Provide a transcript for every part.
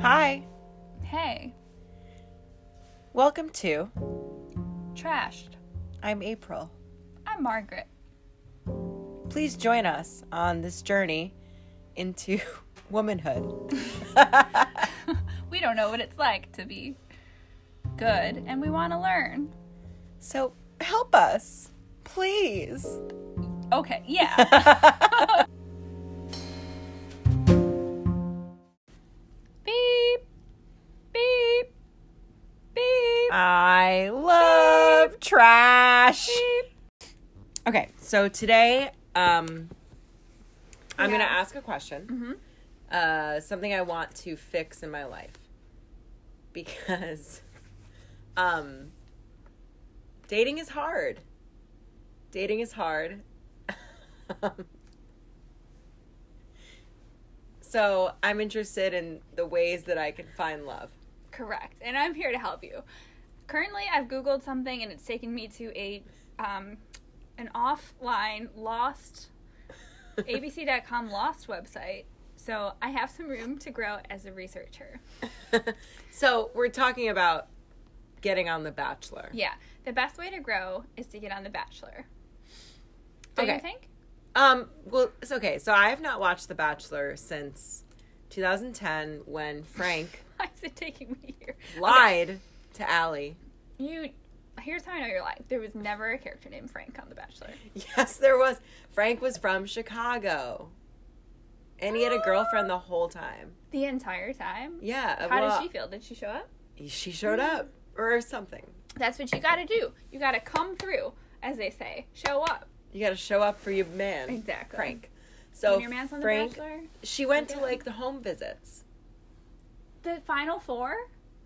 Hi. Hey, Welcome to trashed. I'm April. I'm Margaret. Please join us on this journey into womanhood. We don't know what it's like to be good, and we want to learn. So help us, please. Okay, yeah. beep, beep, beep, I love trash. beep. Okay, so today um I'm going Yeah. to ask a question. Uh something I want to fix in my life. Because um dating is hard. Dating is hard. so, I'm interested in the ways that I can find love. Correct, and I'm here to help you. Currently, I've Googled something, and it's taken me to a um, an offline lost abc.com lost website so i have some room to grow as a researcher so, we're talking about getting on the bachelor. yeah the best way to grow is to get on the bachelor do Okay. you think Um, well, it's okay. So I have not watched The Bachelor since 2010 when Frank why is it taking me here lied to Allie. you here's how i know you're lying there was never a character named frank on the bachelor Yes, there was. Frank was from Chicago. And he had a girlfriend the whole time. the entire time Yeah. how Uh, well, did she feel did she Hmm. show up She showed up or something. that's what you gotta do you gotta come through as they say show up You got to show up for your man. Exactly. Frank. when So your man's on Frank, the bachelor she went to Yeah. like the home visits. the final four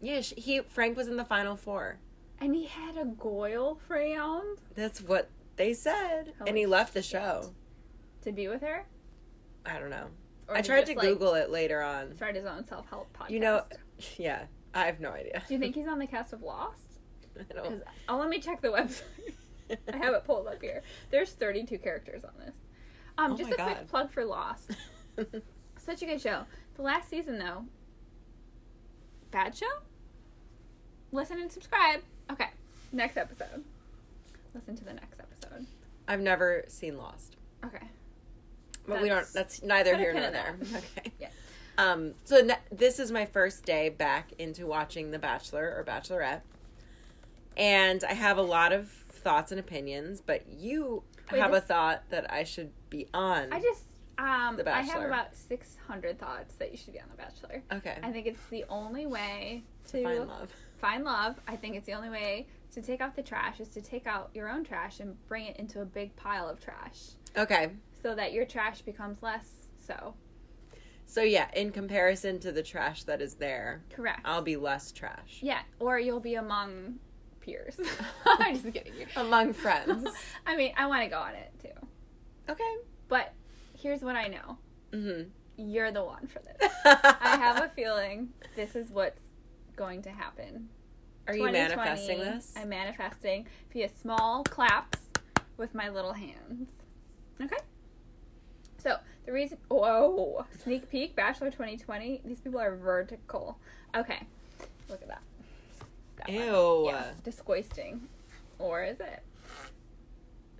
Yeah, she, he Frank was in the final four. and he had a goyle framed That's what they said. and Holy he left the shit. show. to be with her I don't know. Or I he tried just, to like, Google it later on. start his own self help podcast. You know, yeah, I have no idea. do you think he's on the cast of Lost? I Because don't. oh, let me check the website. I have it pulled up here. There's 32 characters on this. Um, Oh just my a quick God. plug for Lost. it. Such a good show. The last season though, bad show. Listen and subscribe. Okay, next episode. Listen to the next episode. I've never seen Lost, Okay. but we don't. That's- That's neither put a here pin nor in there. that. Okay. Yeah. Um. So ne- this is my first day back into watching The Bachelor or Bachelorette, and I have a lot of thoughts and opinions. But you Wait, have this- a thought that I should be on. I just um The I have Bachelor. about 600 thoughts that you should be on The Bachelor. okay. I think it's the only way to Find love. find love. I think it's the only way to take out the trash is to take out your own trash and bring it into a big pile of trash Okay. so that your trash becomes less so. So yeah, in comparison to the trash that is there, Correct. I'll be less trash. yeah, or you'll be among peers. I'm just kidding you. among friends. I mean, I want to go on it too. okay. But here's what I know. Mm-hmm. You're the one for this. I I have a feeling this is what's going to happen. Are you 2020, manifesting this? I'm manifesting via small claps with my little hands. Okay. So the reason. Whoa! Sneak peek, Bachelor 2020. These people are vertical. Okay. Look at that. that one. Ew. Yeah, disgusting. Or is it?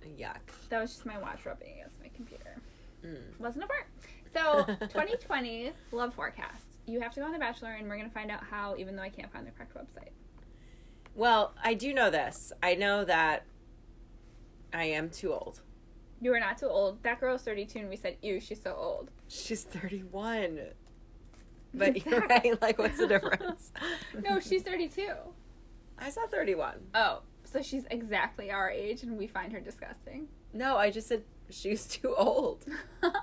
Yuck. That was just my watch rubbing against my computer. Mm. Wasn't a fart. So 2020 love forecast. You have to go on The Bachelor, and we're gonna find out how, even though I can't find the correct website. Well, I do know this. I know that I am too old. You are not too old. That girl's 32, and we said, ew, she's so old. She's 31. But you're right. Like, what's the difference? No, she's 32. I saw 31. Oh, so she's exactly our age, and we find her disgusting. No, I just said she's too old. oh,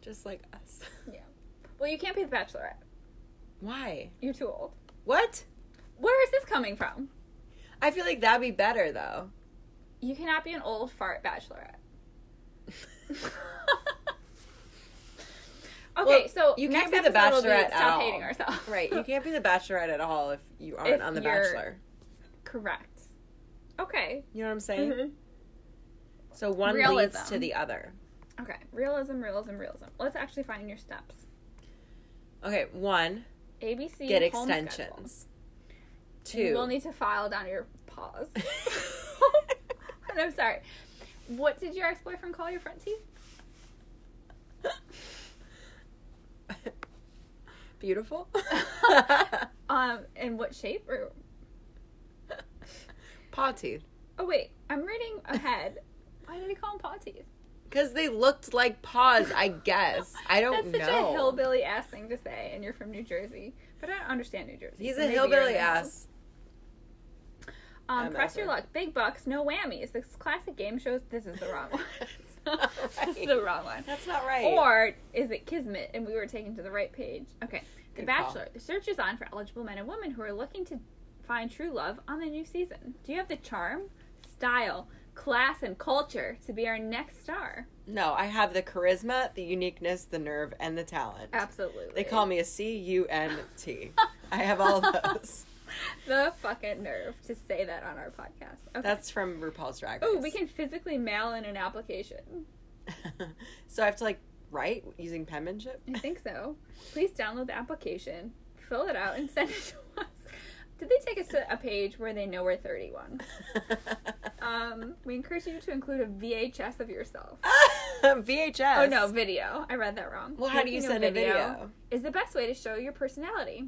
Just like us. yeah. Well, you can't be the Bachelorette. Why? You're too old. What? Where is this coming from? I feel like that'd be better, though. You cannot be an old fart Bachelorette. okay, Well, so you next can't be the episode will be Bachelorette at Stop all. hating ourselves. Right. You can't be the bachelorette at all if you aren't If on The you're- Bachelor. Correct. Okay. You know what I'm saying? Mm-hmm. So one leads Realism. to the other. Okay. Realism, realism, realism. Let's actually find your steps. Okay, one, ABC get home extensions. schedule. You will Two, need to file down your paws. and I'm sorry. What did your ex-boyfriend call your front teeth? beautiful. Um, and what shape? Or Paw teeth. oh wait, I'm reading ahead. Why did he call them paw teeth? Because they looked like paws, I guess. I That's don't such know. a hillbilly ass thing to say, and you're from New Jersey, but I don't understand New Jersey. He's so a maybe you're in the hillbilly know. ass. Um, I'm press your over. luck, big bucks, no whammies. This classic game shows this is the wrong one. this is Right. the wrong one. That's not right. Or is it Kismet and we were taken to the right page? Okay. The Good call. Bachelor. The search is on for eligible men and women who are looking to find true love on the new season. Do you have the charm, style, class, and culture to be our next star? no, I have the charisma, the uniqueness, the nerve, and the talent. Absolutely. They call me a C U N T. I have all of those. the fucking nerve to say that on our podcast. Okay. That's from RuPaul's Drag Race. Oh, we can physically mail in an application. so I have to like write using penmanship. I think so. Please download the application, fill it out, and send it to us. Did they take us to a page where they know we're 31? Mm. Um, we encourage you to include a VHS of yourself. VHS. Oh no, video. I read that wrong. Well, how do you Making send a video? Is the best way to show your personality,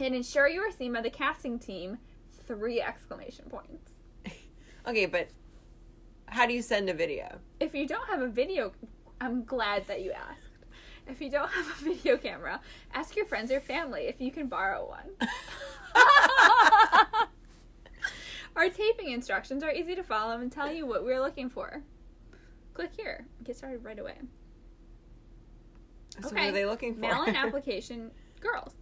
and ensure you are seen by the casting team. Three exclamation points. Okay, but how do you send a video? If you don't have a video, I'm glad that you asked. If you don't have a video camera, ask your friends or family if you can borrow one. Our taping instructions are easy to follow and tell you what we're looking for. Click here. Get started right away. So Okay. what are they looking for? Mail in application, girls.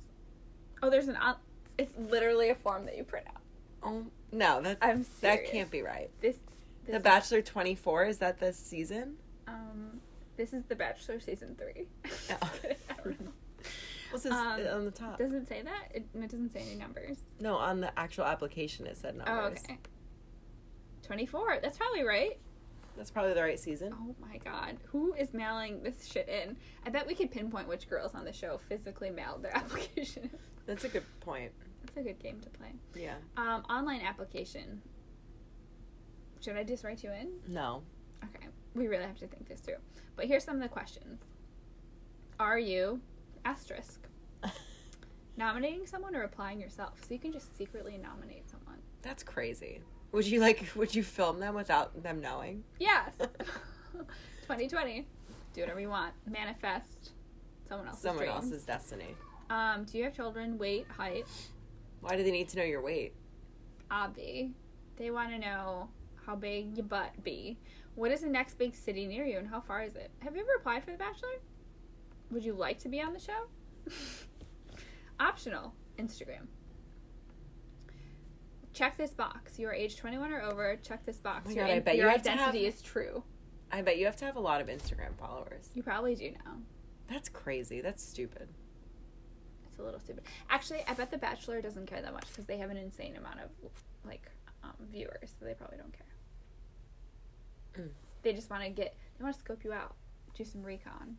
Oh, there's an. op- It's literally a form that you print out. Oh, no, that's, I'm that serious. can't be right. This. this The Bachelor 24, is that this season? Is, um, this is the Bachelor season three. Oh. I don't know. What's this Um, on the top? Doesn't say that. It, it doesn't say any numbers. no, on the actual application it said Oh, numbers. okay. Twenty-four. That's probably right. That's probably the right season. Oh my god, who is mailing this shit in? I bet we could pinpoint which girls on the show physically mailed their application. That's a good point. That's a good game to play. Yeah. Um, online application. Should I just write you in? No. Okay, we really have to think this through. But here's some of the questions. Are you asterisk nominating someone or applying yourself? So you can just secretly nominate someone. That's crazy. Would you like would you film them without them knowing? Yes. 2020. Do whatever you want. Manifest someone else's Someone dreams. else's destiny. Um, do you have children? Weight, height? Why do they need to know your weight? Obvi. They want to know how big your butt be. What is the next big city near you and how far is it? Have you ever applied for The Bachelor? Would you like to be on the show? Optional. Instagram. Check this box. You are age 21 or over. Check this box. Oh my your God, I bet your you have to identity have- is true. I bet you have to have a lot of Instagram followers. You probably do now. That's crazy. That's stupid. It's a little stupid. Actually, I bet The Bachelor doesn't care that much because they have an insane amount of like um, viewers, so they probably don't care. Mm. They just want to get. They want to scope you out, do some recon.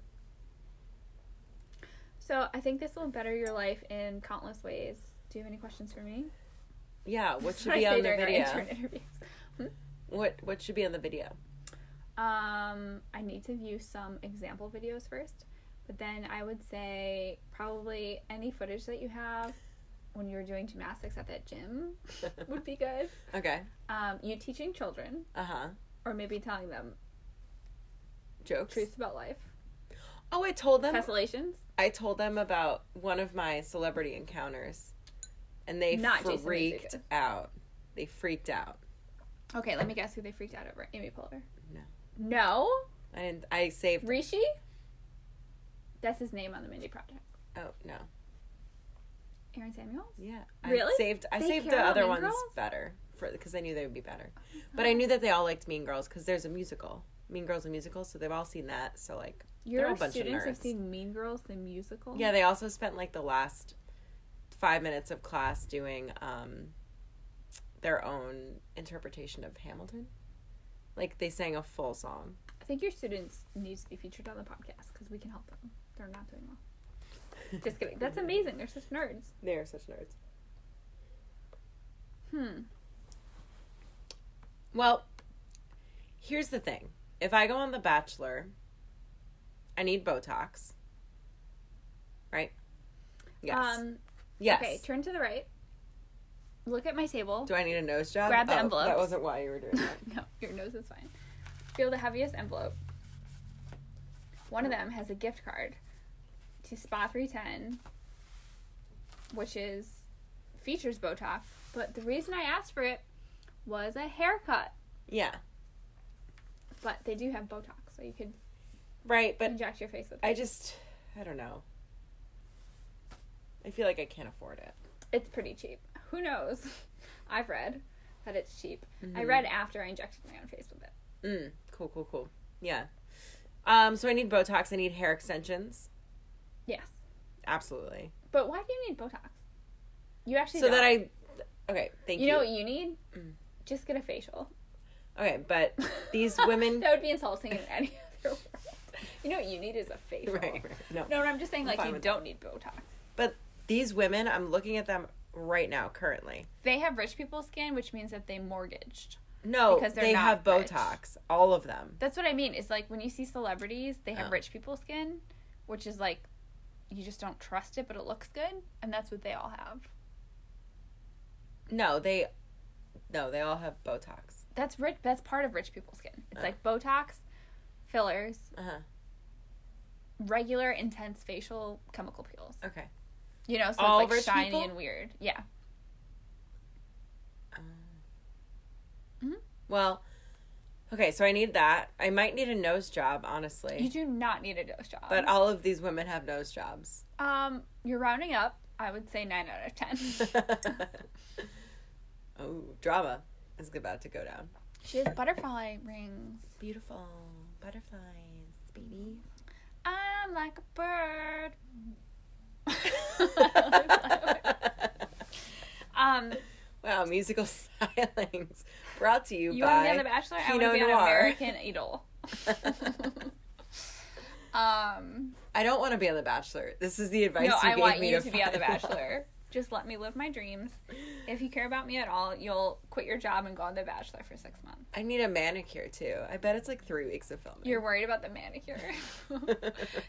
So I think this will better your life in countless ways. Do you have any questions for me? Yeah, what That's should I be say on the during our video? intern interviews. What what should be on the video? Um, I need to view some example videos first, but then I would say probably any footage that you have when you were doing gymnastics at that gym would be good. Okay. Um, you teaching children, Uh-huh. or maybe telling them Jokes. truths about life, Oh, I told them tessellations. I told them about one of my celebrity encounters and they Not Jason freaked Sudeikis. out. They freaked out. Okay, let me guess who they freaked out over. Amy Poehler. No. No. I didn't, I saved Rishi. That's his name on the Mindy Project. Oh, no. Aaron Samuel. Yeah, Really? I saved I They saved care the about other Mean ones Girls? better for because I knew they would be better. But I knew that they all liked Mean Girls because there's a musical. Mean Girls a musical, so they've all seen that. So like, Your all a bunch of students have nerds. seen Mean Girls the musical. yeah, they also spent like the last five minutes of class doing um their own interpretation of Hamilton. Like they sang a full song. I think your students need to be featured on the podcast because we can help them. They're not doing well. Just kidding. That's amazing. They're such nerds. They are such nerds. Hmm. Well, here's the thing. If I go on The Bachelor, I need Botox. Right? Yes. Um, yes. Okay, turn to the right. Look at my table. Do I need a nose job? Grab the Oh, That envelopes. wasn't why you were doing that. no, your nose is fine. Feel the heaviest envelope. One of them has a gift card to Spa 310, which is features Botox. But the reason I asked for it was a haircut. yeah. But they do have Botox, so you could Right, but inject your face with it. I just I don't know. I feel like I can't afford it. It's pretty cheap. Who knows? I've read that it's cheap. I read after I injected my own face with it. Mm, cool, cool, cool. Yeah. Um, so I need Botox, I need hair extensions. Yes. Absolutely. But why do you need Botox? You actually So that don't. I okay, thank you. Mm. you know what you need? Just get a facial. okay, but these women that would be insulting in any other world. You know what you need is a facial. right, right. No. No, no, I'm just saying like fine you with don't need Botox. But these women, I'm looking at them right now currently. They have rich people skin, which means that they mortgaged. No, Because they're they have not rich. Botox, all of them. That's what I mean. Is like when you see celebrities, they have Oh. rich people skin, which is like you just don't trust it, but it looks good, and that's what they all have. No, they no, they all have Botox. That's rich. That's part of rich people skin. It's like Botox, fillers, Uh-huh. regular intense facial chemical peels. Okay. You know, so All it's like rich shiny people? and weird. Yeah. Well, okay, so I need that. I might need a nose job, honestly. You do not need a nose job. But all of these women have nose jobs. um, you're rounding up. I would say nine out of ten. oh, drama is about to go down. she has butterfly rings. Beautiful butterflies, baby. I'm like a bird. um, wow, musical stylings brought to you, you want to be on The by. Bachelor? I want to Pinot be on Noir. American Idol. Um, I don't want to be on The Bachelor. This is the advice no, you I gave want me you to to be on The find out. Bachelor. Just let me live my dreams. If you care about me at all, you'll quit your job and go on The Bachelor for six months. I need a manicure too. I bet it's like three weeks of filming. You're worried about the manicure.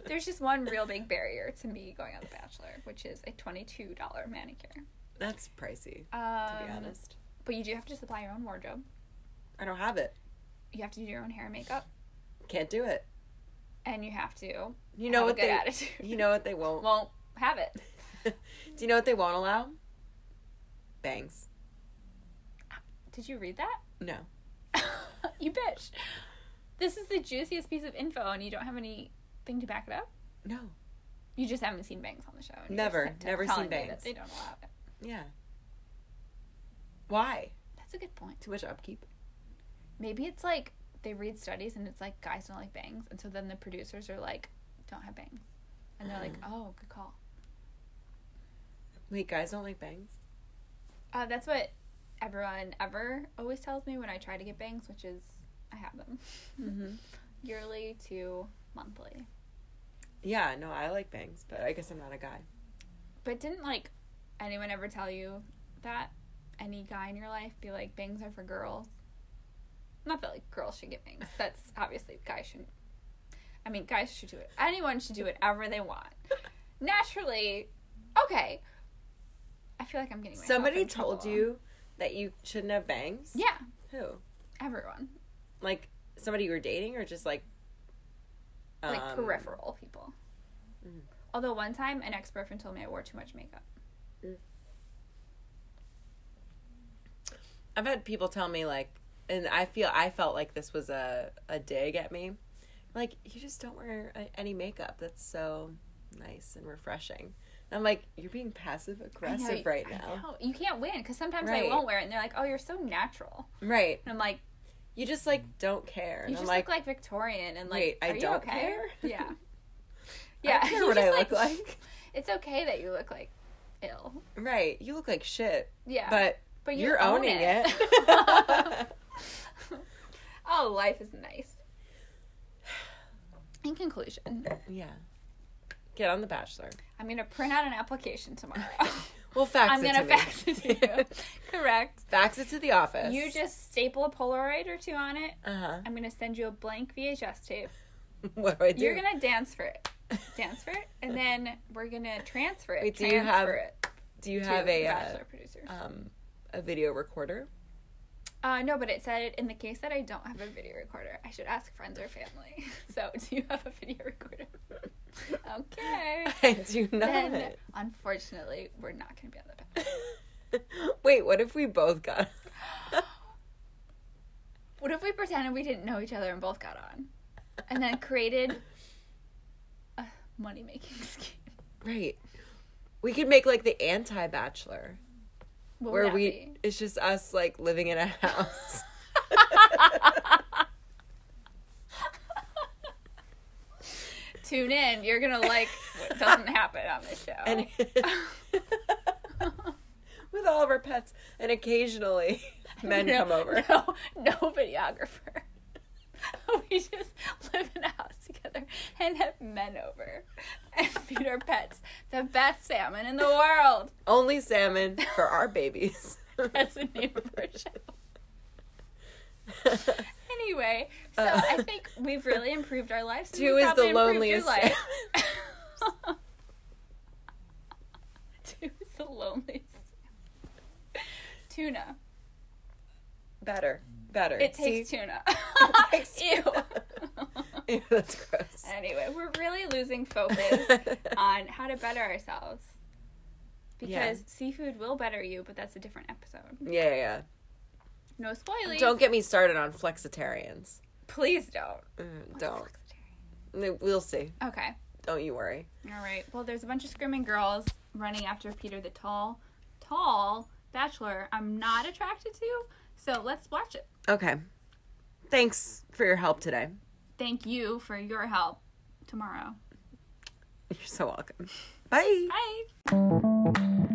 There's just one real big barrier to me going on The Bachelor, which is a $22 manicure. That's pricey, Um, to be honest. But you do have to supply your own wardrobe. I don't have it. You have to do your own hair and makeup, Can't do it. and you have to. You know have a what good they. attitude. You know what they won't. won't have it. do you know what they won't allow? Bangs. Did you read that? No. you bitch. This is the juiciest piece of info, and you don't have anything to back it up. No. You just haven't seen bangs on the show. and you're Never, just t- never telling seen me that bangs. They don't allow it. Yeah. Why? That's a good point. Too much upkeep. Maybe it's like they read studies, and it's like guys don't like bangs, and so then the producers are like, "Don't have bangs," and they're like, "Oh, good call." Wait, guys don't like bangs. Uh, that's what everyone ever always tells me when I try to get bangs, which is I have them Mm-hmm. yearly to monthly. Yeah. No, I like bangs, but I guess I'm not a guy. But didn't like anyone ever tell you that any guy in your life be like bangs are for girls? Not that like girls should get bangs. That's obviously guys shouldn't. I mean, guys should do it. Anyone should do whatever they want. Naturally, okay. I feel like I'm getting myself Somebody in trouble. told you that you shouldn't have bangs. Yeah, Who? everyone Like somebody you were dating, or just like. like um, peripheral people. Mm. Although one time an ex boyfriend told me I wore too much makeup. I've had people tell me like, and I feel I felt like this was a a dig at me, like you just don't wear a- any makeup. That's so nice and refreshing. And I'm like, you're being passive I know, aggressive you- right I now, know. You can't win because sometimes Right. I won't wear it, and they're like, "Oh, you're so natural," right? and I'm like. You just like don't care. And You I'm just like, look like Victorian and like Wait, I are you don't okay? care? Yeah. I Yeah. don't care you what I just, look like. It's okay that you look like ill. right? You look like shit, Yeah. but but you're own owning it. oh, life is nice. In conclusion, yeah. Get on The Bachelor. I'm gonna print out an application tomorrow. We'll fax I'm it gonna to fax me. it to you. Correct. fax it to the office. You just staple a Polaroid or two on it. Uh huh. I'm gonna send you a blank VHS tape. What do I do? You're gonna dance for it. Dance for it, and then we're gonna transfer it. Wait, do transfer you have- it do you to have a the uh, bachelor producer? um a video recorder? Uh, no, but it said in the case that I don't have a video recorder, I should ask friends or family. So, do you have a video recorder? okay. I do not. Then, unfortunately, we're not going to be on the panel. Wait, what if we both got? What if we pretended we didn't know each other and both got on, and then created a money making scheme? right. We could make like the anti Bachelor, What would where that we be? it's just us like living in a house. Tune in. You're gonna like what doesn't happen on this show. and with all of our pets, and occasionally men No, come over. No, no videographer. we just live in a house together and have men over and feed our pets the best salmon in the world. Only salmon for our babies. That's the name of our show. Anyway, so I think we've really improved our lives. and Uh, Two we is the probably improved your loneliest life. Two is the loneliest. Tuna. better, better. It takes tuna. takes Ew. Ew, that's gross. Anyway, we're really losing focus on how to better ourselves. Yeah. Because seafood will better you, but that's a different episode. yeah, yeah. No yeah. spoilers. Don't get me started on flexitarians. Please don't. Mm, What's don't. flexitarian? We'll see. Okay. Don't you worry. All right. Well, there's a bunch of screaming girls running after Peter the Tall, tall bachelor I'm not attracted to. So let's watch it. Okay. Thanks for your help today. Thank you for your help tomorrow. You're so welcome. Bye. Bye.